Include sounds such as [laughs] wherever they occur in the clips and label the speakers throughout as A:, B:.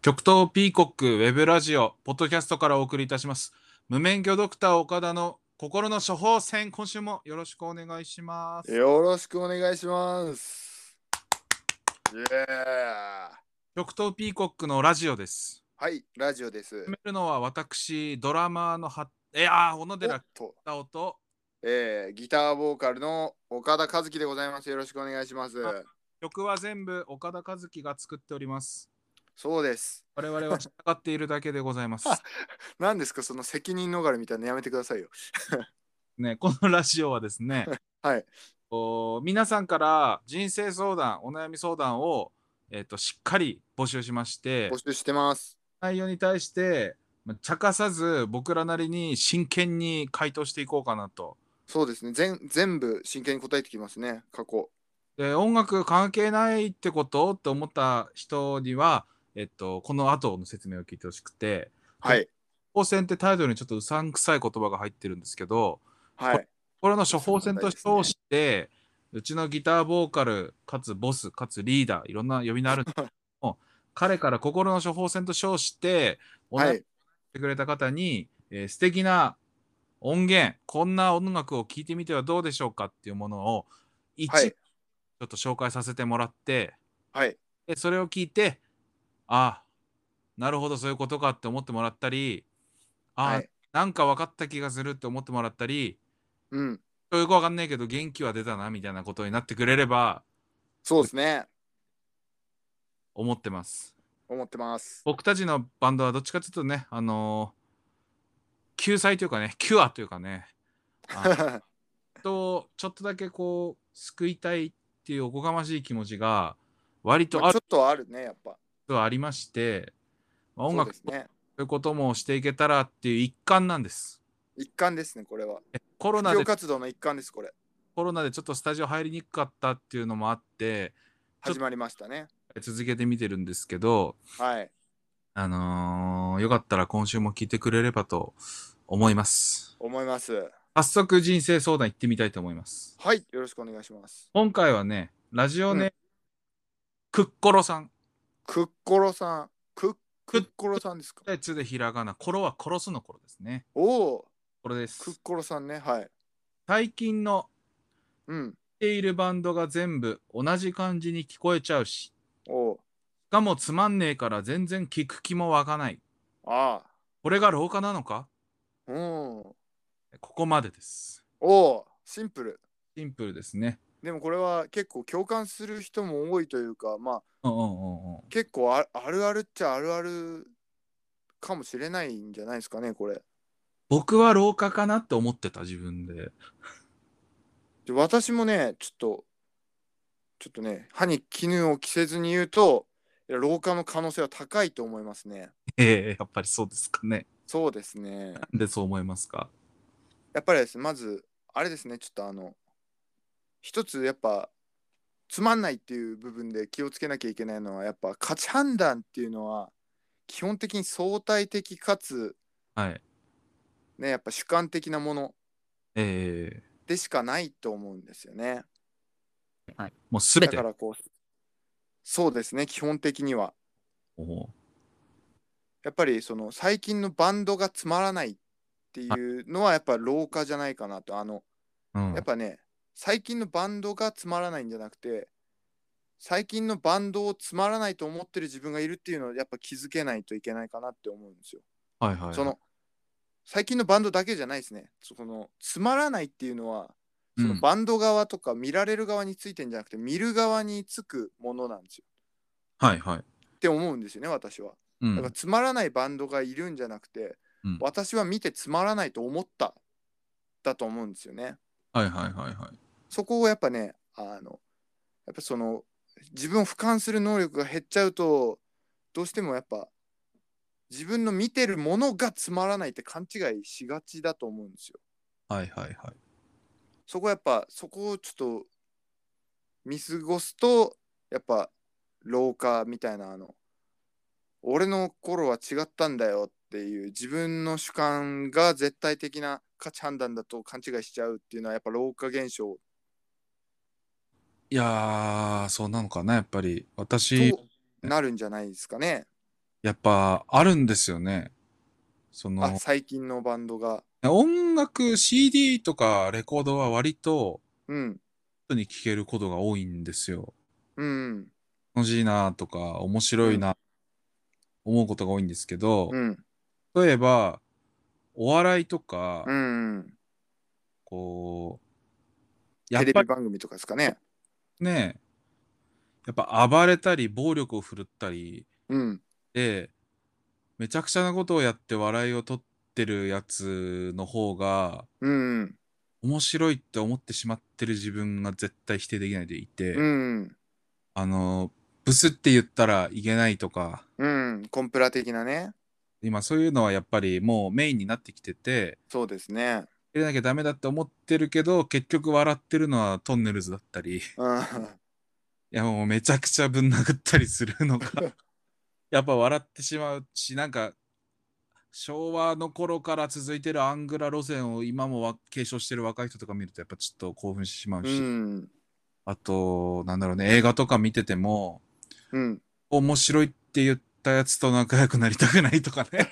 A: 極東ピーコックウェブラジオポッドキャストからお送りいたします無免許ドクター岡田の心の処方箋今週もよろしくお願いします
B: よろしくお願いします。イエー
A: 極東ピーコックのラジオです
B: はい、ラジオです
A: 決。めるのは私ドラマーのはえあー小野
B: お
A: 寺
B: っと、
A: 太夫と
B: えー、ギターボーカルの岡田和樹でございます。よろしくお願いします。
A: あ曲は全部岡田和樹が作っております
B: そうです。
A: 我々は従っているだけでございます
B: [laughs] 何ですか、その責任逃れみたいなのやめてくださいよ。
A: ねこのラジオはですね
B: はい
A: お皆さんから人生相談お悩み相談をえっ、としっかり募集しまして
B: 募集してます。
A: 内容に対して、まあ、茶化さず僕らなりに真剣に回答していこうかなと。
B: そうですね。全全部真剣に答えてきますね。過去。
A: で音楽関係ないってことって思った人には、えっと、この後の説明を聞いてほしくて
B: はい。
A: 「処方箋」ってタイトルにちょっとうさんくさい言葉が入ってるんですけど
B: はい。
A: これの処方箋と称して、うちのギターボーカルかつボスかつリーダーいろんな呼び名あるんですけども彼から心の処方箋と称してお
B: は
A: 悩み
B: い。
A: ってくれた方に、えー素敵な音源こんな音楽を聴いてみてはどうでしょうかっていうものを一、
B: はい
A: ちょっと紹介させてもらって
B: はい。
A: でそれを聞いてあなるほどそういうことかって思ってもらったりあ、
B: はい。
A: なんか分かった気がするって思ってもらったり
B: うん。
A: そういうか分かんないけど元気は出たなみたいなことになってくれれば
B: そうですね。
A: 思ってます
B: 思ってます。
A: 僕たちのバンドはどっちかというとねあのー救済というかねキュアというかね
B: [laughs]
A: あのとちょっとだけこう救いたいっていうおこがましい気持ちが割と
B: まあ
A: あ
B: ちょ
A: る
B: っとあるね、やっぱ。
A: とありまして、まあ、音
B: そう
A: 楽
B: で
A: と
B: すね。
A: いうこともしていけたらっていう一環なんです。
B: 一環ですね、これは。
A: コロナ
B: 企業
A: で
B: 活動の一環です、これ。
A: コロナでちょっとスタジオ入りにくかったっていうのもあってちょっと
B: 始まりましたね。
A: 続けてみてるんですけど、
B: はい。
A: あのーよかったら今週も聞いてくれればと思います。
B: 思います。
A: 早速人生相談行ってみたいと思います。
B: はい、よろしくお願いします。
A: 今回はねラジオネーム、
B: う
A: クッコロさん。
B: クッコロさん、クックッコロさんですか。
A: でつでひらがな。コロは殺すのコロですね。
B: おお、
A: これです。
B: クッコロさんね、はい。
A: 最近の
B: うん、
A: 聴いているバンドが全部同じ感じに聞こえちゃうし、し
B: おお、
A: かもつまんねえから全然聞く気も湧かない。
B: あ
A: これが老化なのか
B: あ、うん、お
A: ここまでです。
B: お、シンプル。
A: シンプルですね。
B: でもこれは結構共感する人も多いというか、ま
A: う
B: あ
A: んうんうんうん。
B: 結構ああるあるっちゃあるあるかもしれないんじゃないですかね、これ。
A: 僕は老化かなって思ってた自分で。
B: で私もね、ちょっと、ちょっとね、歯に絹を着せずに言うと、いや老化の可能性は高いと思いますね。
A: ええやっぱりそうですかね。
B: そうですね。
A: なんでそう思いますか
B: やっぱりですねまずあれですねちょっとあの一つやっぱつまんないっていう部分で気をつけなきゃいけないのはやっぱ価値判断っていうのは基本的に相対的かつ
A: はい。
B: ねやっぱ主観的なもの
A: ええ
B: でしかないと思うんですよね
A: もうすべ
B: だ
A: て
B: からこうそうですね基本的には
A: もう
B: やっぱりその最近のバンドがつまらないっていうのはやっぱ老化じゃないかなとあの
A: うん
B: やっぱね、最近のバンドがつまらないんじゃなくて、最近のバンドをつまらないと思ってる自分がいるっていうのをやっぱ気づけないといけないかなって思うんですよ。
A: はいはいはい。
B: その最近のバンドだけじゃないですね。そこのつまらないっていうのは、
A: う
B: そ
A: ん、
B: のバンド側とか見られる側についてんじゃなくて、見る側につくものなんですよ。
A: はいはい。
B: って思うんですよね、私は。
A: う
B: だから
A: ん。
B: つまらないバンドがいるんじゃなくて、
A: うん
B: 私は見てつまらないと思っただと思うんですよね。
A: はいはいはいはい。
B: そこをやっぱねあのやっぱその自分を俯瞰する能力が減っちゃうとどうしてもやっぱ自分の見てるものがつまらないって勘違いしがちだと思うんですよ。
A: はいはいはい。
B: そこやっぱそこをちょっと見過ごすとやっぱ老化みたいなあの俺の頃は違ったんだよっていう自分の主観が絶対的な価値判断だと勘違いしちゃうっていうのはやっぱ老化現象
A: いやー、そうなのかな、やっぱり。私、
B: となるんじゃないですかね。
A: やっぱあるんですよね。そ
B: あ
A: の、
B: 最近のバンドが
A: 音楽、CD とかレコードは割と、
B: うん
A: 本当に聴けることが多いんですよ。
B: うん
A: 楽しいなとか、面白いな、思うことが多いんですけど、
B: うん
A: 例えば、お笑いとか、
B: うん
A: こう、やっ
B: テレ
A: ぱり
B: ビ番組とかですかね
A: ね、やっぱ暴れたり、暴力を振るったり
B: うん
A: で、めちゃくちゃなことをやって笑いを取ってるやつの方が、
B: うん
A: 面白いって思ってしまってる自分が絶対否定できないでいて、
B: うん
A: あの、ブスって言ったらいけないとか、
B: うんコンプラ的なね
A: 今そういうのはやっぱりもうメインになってきてて、
B: そうですね
A: 入れなきゃダメだって思ってるけど、結局笑ってるのはトンネルズだったり、い [laughs]
B: うん
A: やもうめちゃくちゃぶん殴ったりする
B: [laughs]
A: のが、やっぱ笑ってしまうし、なんか、昭和の頃から続いてるアングラ路線を今もわ継承してる若い人とか見るとやっぱちょっと興奮してしまう
B: う
A: し、
B: ん
A: あと、なんだろうね、映画とか見てても、
B: うん
A: 面白いって言ったやつと仲良くなりたくないとかね。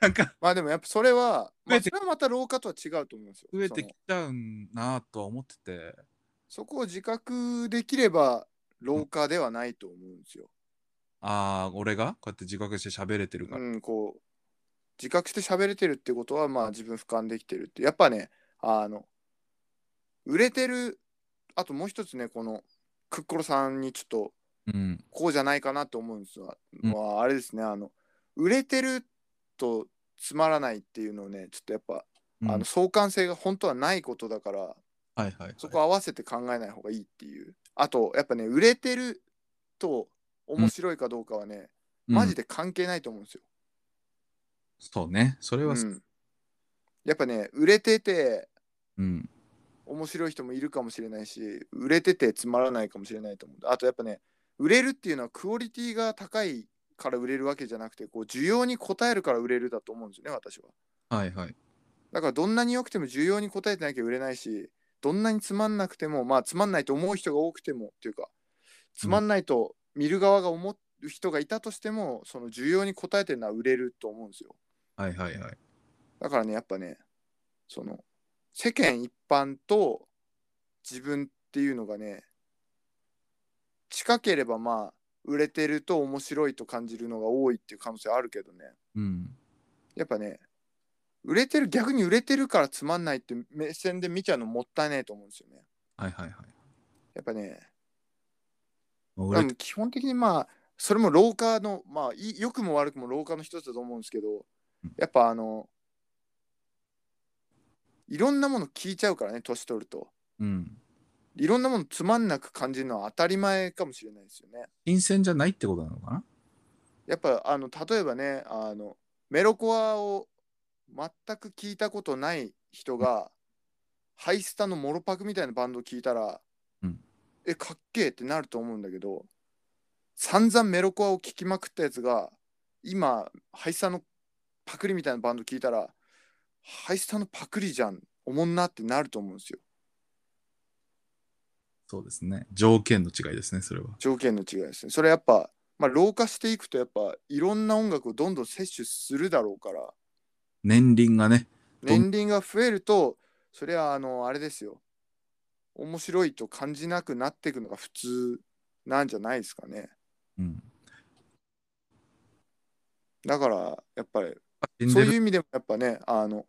A: なんか
B: まあでもやっぱそれは、ま
A: 増
B: あ、
A: え
B: そ
A: て
B: れはまた老化とは違うと思うんですよ。
A: 増えてき
B: [laughs] その
A: ちゃうんなぁとは思ってて。
B: そこを自覚できれば老化ではないと思うんですよ。
A: ああ、俺がこうやって自覚して喋れてるか
B: う
A: ら。
B: ん、こう自覚して喋れてるってことはまあ自分俯瞰できてるってやっぱねあの売れてるあともう一つねこのクッコロさんにちょっと
A: うん。
B: こうじゃないかなと思うんですが、
A: うん
B: まああれですねあの売れてるとつまらないっていうのをねちょっとやっぱ、
A: うん
B: あの相関性が本当はないことだから。
A: はいはい、はい。
B: そこ合わせて考えない方がいいっていう。あと、やっぱね、売れてると面白いかどうかはね、マジ
A: で、
B: で関係ないと思うんですよ。
A: そうね。それ
B: う
A: は、
B: んやっぱね、売れてて
A: うん。
B: 面白い人もいるかもしれないし、売れててつまらないかもしれないと思う。あと、やっぱね、売れるっていうのはクオリティが高いから売れるわけじゃなくて、こう需要に応えるから売れるだと思うんですよね、私は。
A: はいはい。
B: だからどんなに良くても需要に応えてなきゃ売れないしどんなにつまんなくてもまあつまんないと思う人が多くてもっていうかつまんないと見る側が思う人がいたとしてもその需要に応えてるのは売れると思うんですよ
A: はいはいはい。
B: だからねやっぱねその世間一般と自分っていうのがね近ければまあ売れてると面白いと感じるのが多いっていう可能性あるけどね
A: うん。
B: やっぱね、売れてる、逆に売れてるからつまんないって目線で見ちゃうのもったいないと思うんですよね。
A: はいはいはい。
B: やっぱね、
A: もう
B: 多
A: 俺、
B: 分基本的にまあ、それも老化の、まあ、い良くも悪くも老化の一つだと思うんですけど
A: うん、
B: やっぱあの、いろんなもの聞いちゃうからね、年取ると。
A: うん。
B: いろんなものつまんなく感じるのは当たり前かもしれないですよね。
A: 新鮮じゃないってことなのかな
B: やっぱあの例えばねあのメロコアを全く聞いたことない人がハイスタのモロパクみたいなバンドを聞いたら、
A: うん
B: えかっけえってなると思うんだけど散々メロコアを聞きまくったやつが今ハイスタのパクリみたいなバンド聞いたらハイスタのパクリじゃんおもんなってなると思うんですよ
A: そうですね。条件の違いですね、それは。
B: 条件の違いですねそれやっぱ、まあ、老化していくとやっぱいろんな音楽をどんどん摂取するだろうから
A: 年輪がね。どん
B: 年輪が増えるとそれはあのあれですよ面白いと感じなくなっていくのが普通なんじゃないですかね
A: うん。
B: だからやっぱり
A: 死ん
B: そう
A: で
B: いう
A: る
B: 意味でもやっぱねあの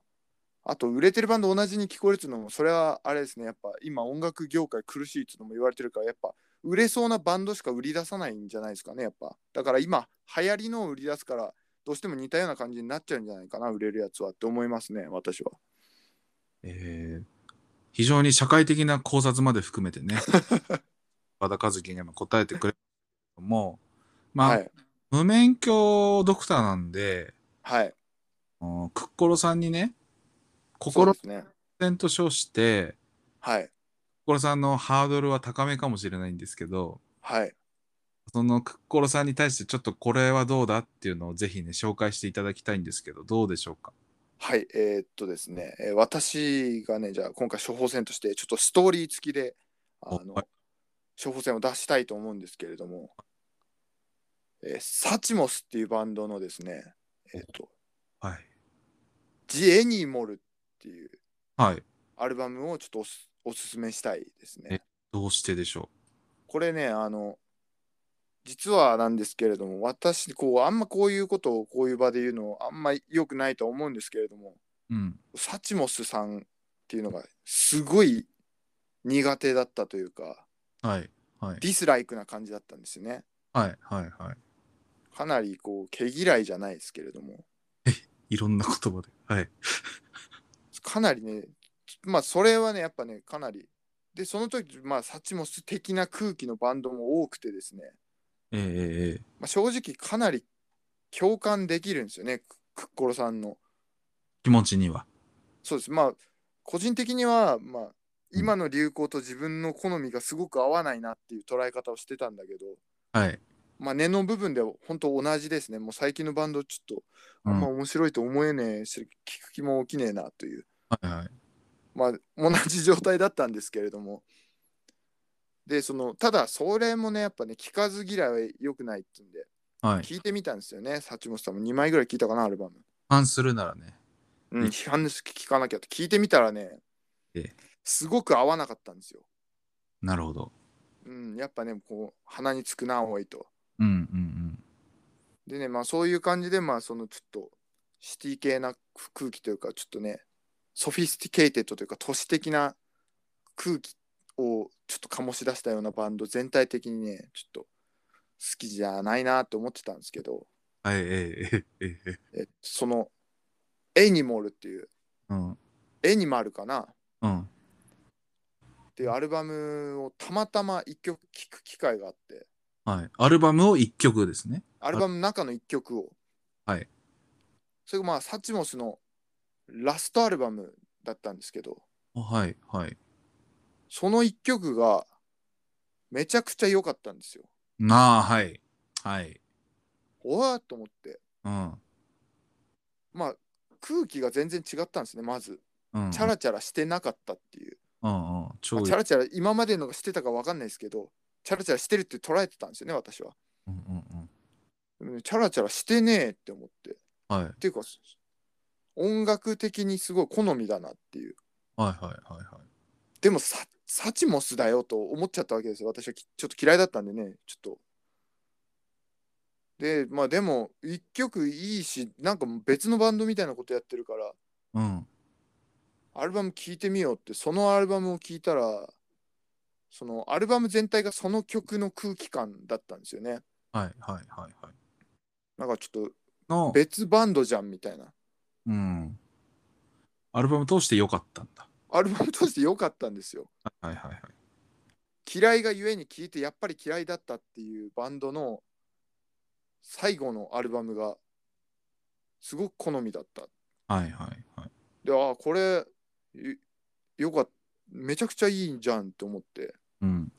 B: あと売れてるバンド同じに聞こえるっていうのもそれはあれですねやっぱ今音楽業界苦しいっていうのも言われてるからやっぱ売れそうなバンドしか売り出さないんじゃないですかねやっぱだから今流行りのを売り出すからどうしても似たような感じになっちゃうんじゃないかな売れるやつはって思いますね私は
A: えー非常に社会的な考察まで含めて
B: [laughs]
A: ね、和田和樹が今答えてくれたけども、まあ、
B: はい
A: 無免許ドクターなんで、
B: はい
A: あのクッコロさんにね、
B: そう
A: 心
B: ですね
A: 戦と称して、
B: はい
A: クッコロさんのハードルは高めかもしれないんですけど、
B: はい
A: そのクッコロさんに対してちょっとこれはどうだっていうのをぜひね、紹介していただきたいんですけど、どうでしょうか。
B: はい、えーっとですね、えー私がね、じゃあ今回処方箋として、ちょっとストーリー付きで、あの
A: はい、
B: 処方箋を出したいと思うんですけれども、えーサチモスっていうバンドのですね、えっ、と、
A: はい。
B: ジエニモルっていう
A: はい。
B: アルバムをちょっとおすおすすめしたいですね。
A: どうしてでしょ
B: これね、あの、実はなんですけれども、私、こう、あんまこういうことをこういう場で言うの、あんま良くないと思うんですけれども、
A: う。うん。
B: サチモスさんっていうのが、すごい苦手だったというか、
A: はい。はい。
B: ディスライクな感じだったんですよね。
A: はい。はい。はい。
B: かなり、こう、毛嫌いじゃないですけれども、
A: いろんな言葉で。はい。
B: かなりね、まあ、それはね、やっぱね、かなり、で、その時、まあ、サチモス的な空気のバンドも多くてですね、
A: ええええ
B: まあ、正直かなり共感できるんですよねククッコロさんの
A: 気持ちには。
B: そうですまあ個人的にはまあ今の流行と自分の好みがすごく合わないなっていう捉え方をしてたんだけど、
A: はい。
B: まあ、根の部分では本当同じですねもう最近のバンドちょっと
A: う
B: あん
A: ん
B: ま面白いと思えねえし、聞く気も起きねえなという
A: はい。はい。
B: まあ同じ状態だったんですけれどもでそのただそれもねやっぱね聞かず嫌いは良くないっていうんで
A: はい。
B: 聞いてみたんですよねサチモスさんも2枚ぐらい聞いたかなアルバム
A: 反するならね。
B: うん、
A: うん
B: 批判です聞かなきゃって聞いてみたらね
A: ええ、
B: すごく合わなかったんですよ。
A: なるほど。
B: うん、やっぱね、こう、鼻につくな、多いと。
A: うんうん
B: でね、まあそういう感じで、まあそのちょっと、シティ系な空気というか、ちょっとね、ソフィスティケイテッドというか、都市的な空気をちょっと醸し出したようなバンド、全体的にね、ちょっと好きじゃないなと思ってたんですけど、
A: うん。はい。ええええええ
B: えその、エニモルっていう、
A: うん。
B: エニマルかな
A: うん。
B: っていうアルバムをたまたま一曲聴く機会があって
A: はい。アルバムを一曲ですね。
B: アルバムの中の一曲を
A: はい
B: それがまあサチモスのラストアルバムだったんですけど
A: あはい。はい。
B: その一曲がめちゃくちゃ良かったんですよ
A: なあ、はい。はい。
B: おわーっと思って
A: うん。
B: まあ空気が全然違ったんですねまず
A: うん。
B: チャラチャラしてなかったっていう、
A: うんうん。
B: ま
A: 超
B: あチャラチャラ今までのがしてたか分かんないですけどチャラチャラしてるって捉えてたんですよね私は
A: うんうんうん。
B: でもねチャラチャラしてねえって思って
A: はい。はい
B: っていうか音楽的にすごい好みだなっていう
A: はいはいはい。
B: でもササチモスだよと思っちゃったわけですよ私はきちょっと嫌いだったんでねちょっとでまあでも一曲いいしなんか別のバンドみたいなことやってるか
A: う
B: ら
A: ん。
B: アルバム聴いてみようってそのアルバムを聴いたらそのアルバム全体がその曲の空気感だったんですよね
A: はいはいはいはい。
B: なんかちょっと
A: の、
B: 別バンドじゃんみたいな
A: うん。アルバム通して良かったんだ。
B: アルバムとして良かったんですよ
A: はいはいはい。
B: 嫌いがゆえに聴いてやっぱり嫌いだったっていうバンドの最後のアルバムがすごく好みだった。
A: はいはいはい。
B: でああこれよよかっためちゃくちゃいいんじゃんと思って
A: うん。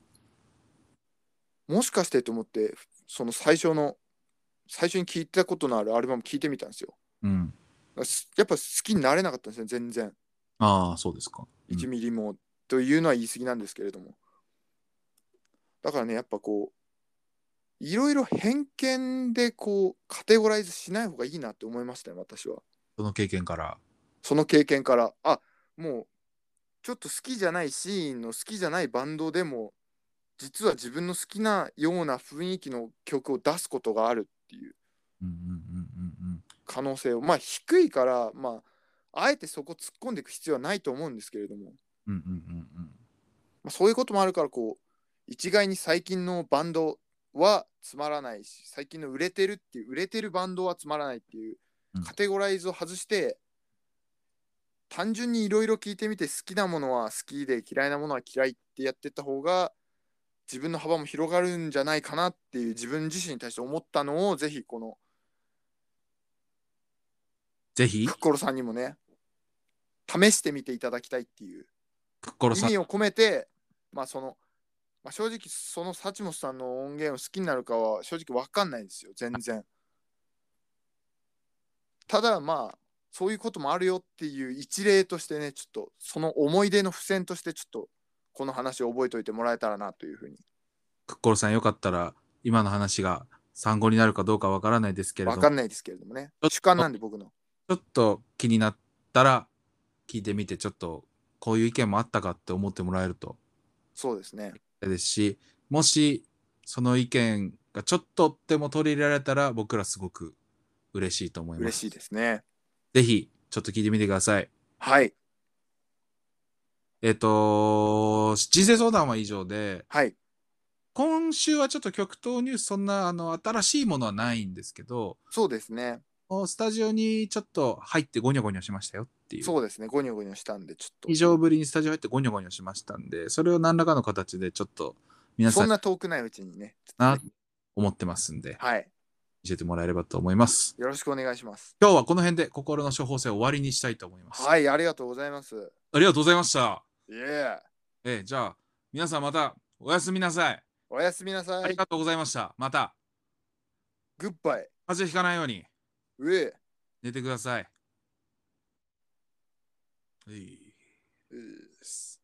B: もしかしてと思ってその最初の最初に聴いたことのあるアルバム聴いてみたんですよ。
A: うん。
B: すやっぱ好きになれなかったんですね全然
A: ああ、そうですか。うん
B: 1ミリもというのは言い過ぎなんですけれどもだからねやっぱこういろいろ偏見でこうカテゴライズしない方がいいなって思いましたよ私は
A: その経験から。
B: その経験からあもうちょっと好きじゃないシーンの好きじゃないバンドでも実は自分の好きなような雰囲気の曲を出すことがあるっていう
A: うんうんうんうんうん。
B: 可能性をまあ低いからまああえてそこ突っ込んでいく必要はないと思うんですけれども
A: うんうんうんうん。
B: まあ、そういうこともあるからこう一概に最近のバンドはつまらないし最近の売れてるっていう売れてるバンドはつまらないっていう
A: うん
B: カテゴライズを外して、単純にいろいろ聞いてみて好きなものは好きで嫌いなものは嫌いってやってった方が自分の幅も広がるんじゃないかなっていう自分自身に対して思ったのをぜひこの
A: ぜひ
B: ク、ッコロさんにもね試してみていただきたいっていう
A: クッコロ
B: 意
A: さん。
B: 味を込めて、まあそのまあ、正直そのサチモスさんの音源を好きになるかは正直わかんないんですよ全然ただまあそういうこともあるよっていう一例としてねちょっとその思い出の付箋としてちょっとこの話を覚えておいてもらえたらなというふうに
A: クッコロさんよかったら、今の話が産後になるかどうかわからないですけれど
B: わ
A: も
B: かんないですけれどもね
A: ちょっと
B: 主観なんで僕の
A: ちょっと気になったら聞いてみてちょっとこういう意見もあったかって思ってもらえると
B: そうですね
A: ですしもしその意見がちょっとでも取り入れられたら僕らすごく嬉しいと思います
B: 嬉しいですね
A: ぜひちょっと聞いてみてください
B: はい
A: えっ、と人生相談は以上で
B: はい
A: 今週はちょっと極東ニュースそんなあの新しいものはないんですけど
B: そうですね
A: スタジオにちょっと入ってゴニョゴニョしましたよっていう
B: そうですねゴニョゴニョしたんでちょ
A: 以
B: っ
A: 上ぶりにスタジオ入ってゴニョゴニョしましたんでそれを何らかの形でちょっと
B: と
A: 皆
B: そ
A: さ
B: ん
A: ん
B: な遠くないうちにね
A: な思ってますんで
B: はい
A: 教えてもらえればと思います
B: よろしくお願いします
A: 今日はこの辺で心の処方箋を終わりにしたいと思います、
B: はいありがとうございます
A: ありがとうございました
B: いえ
A: えーじゃあ皆さんまたおやすみなさい
B: おやすみなさい、
A: ありがとうございましたまた
B: グッバイ
A: 風邪ひかないように
B: うえ
A: 寝てくださいはい
B: え
A: です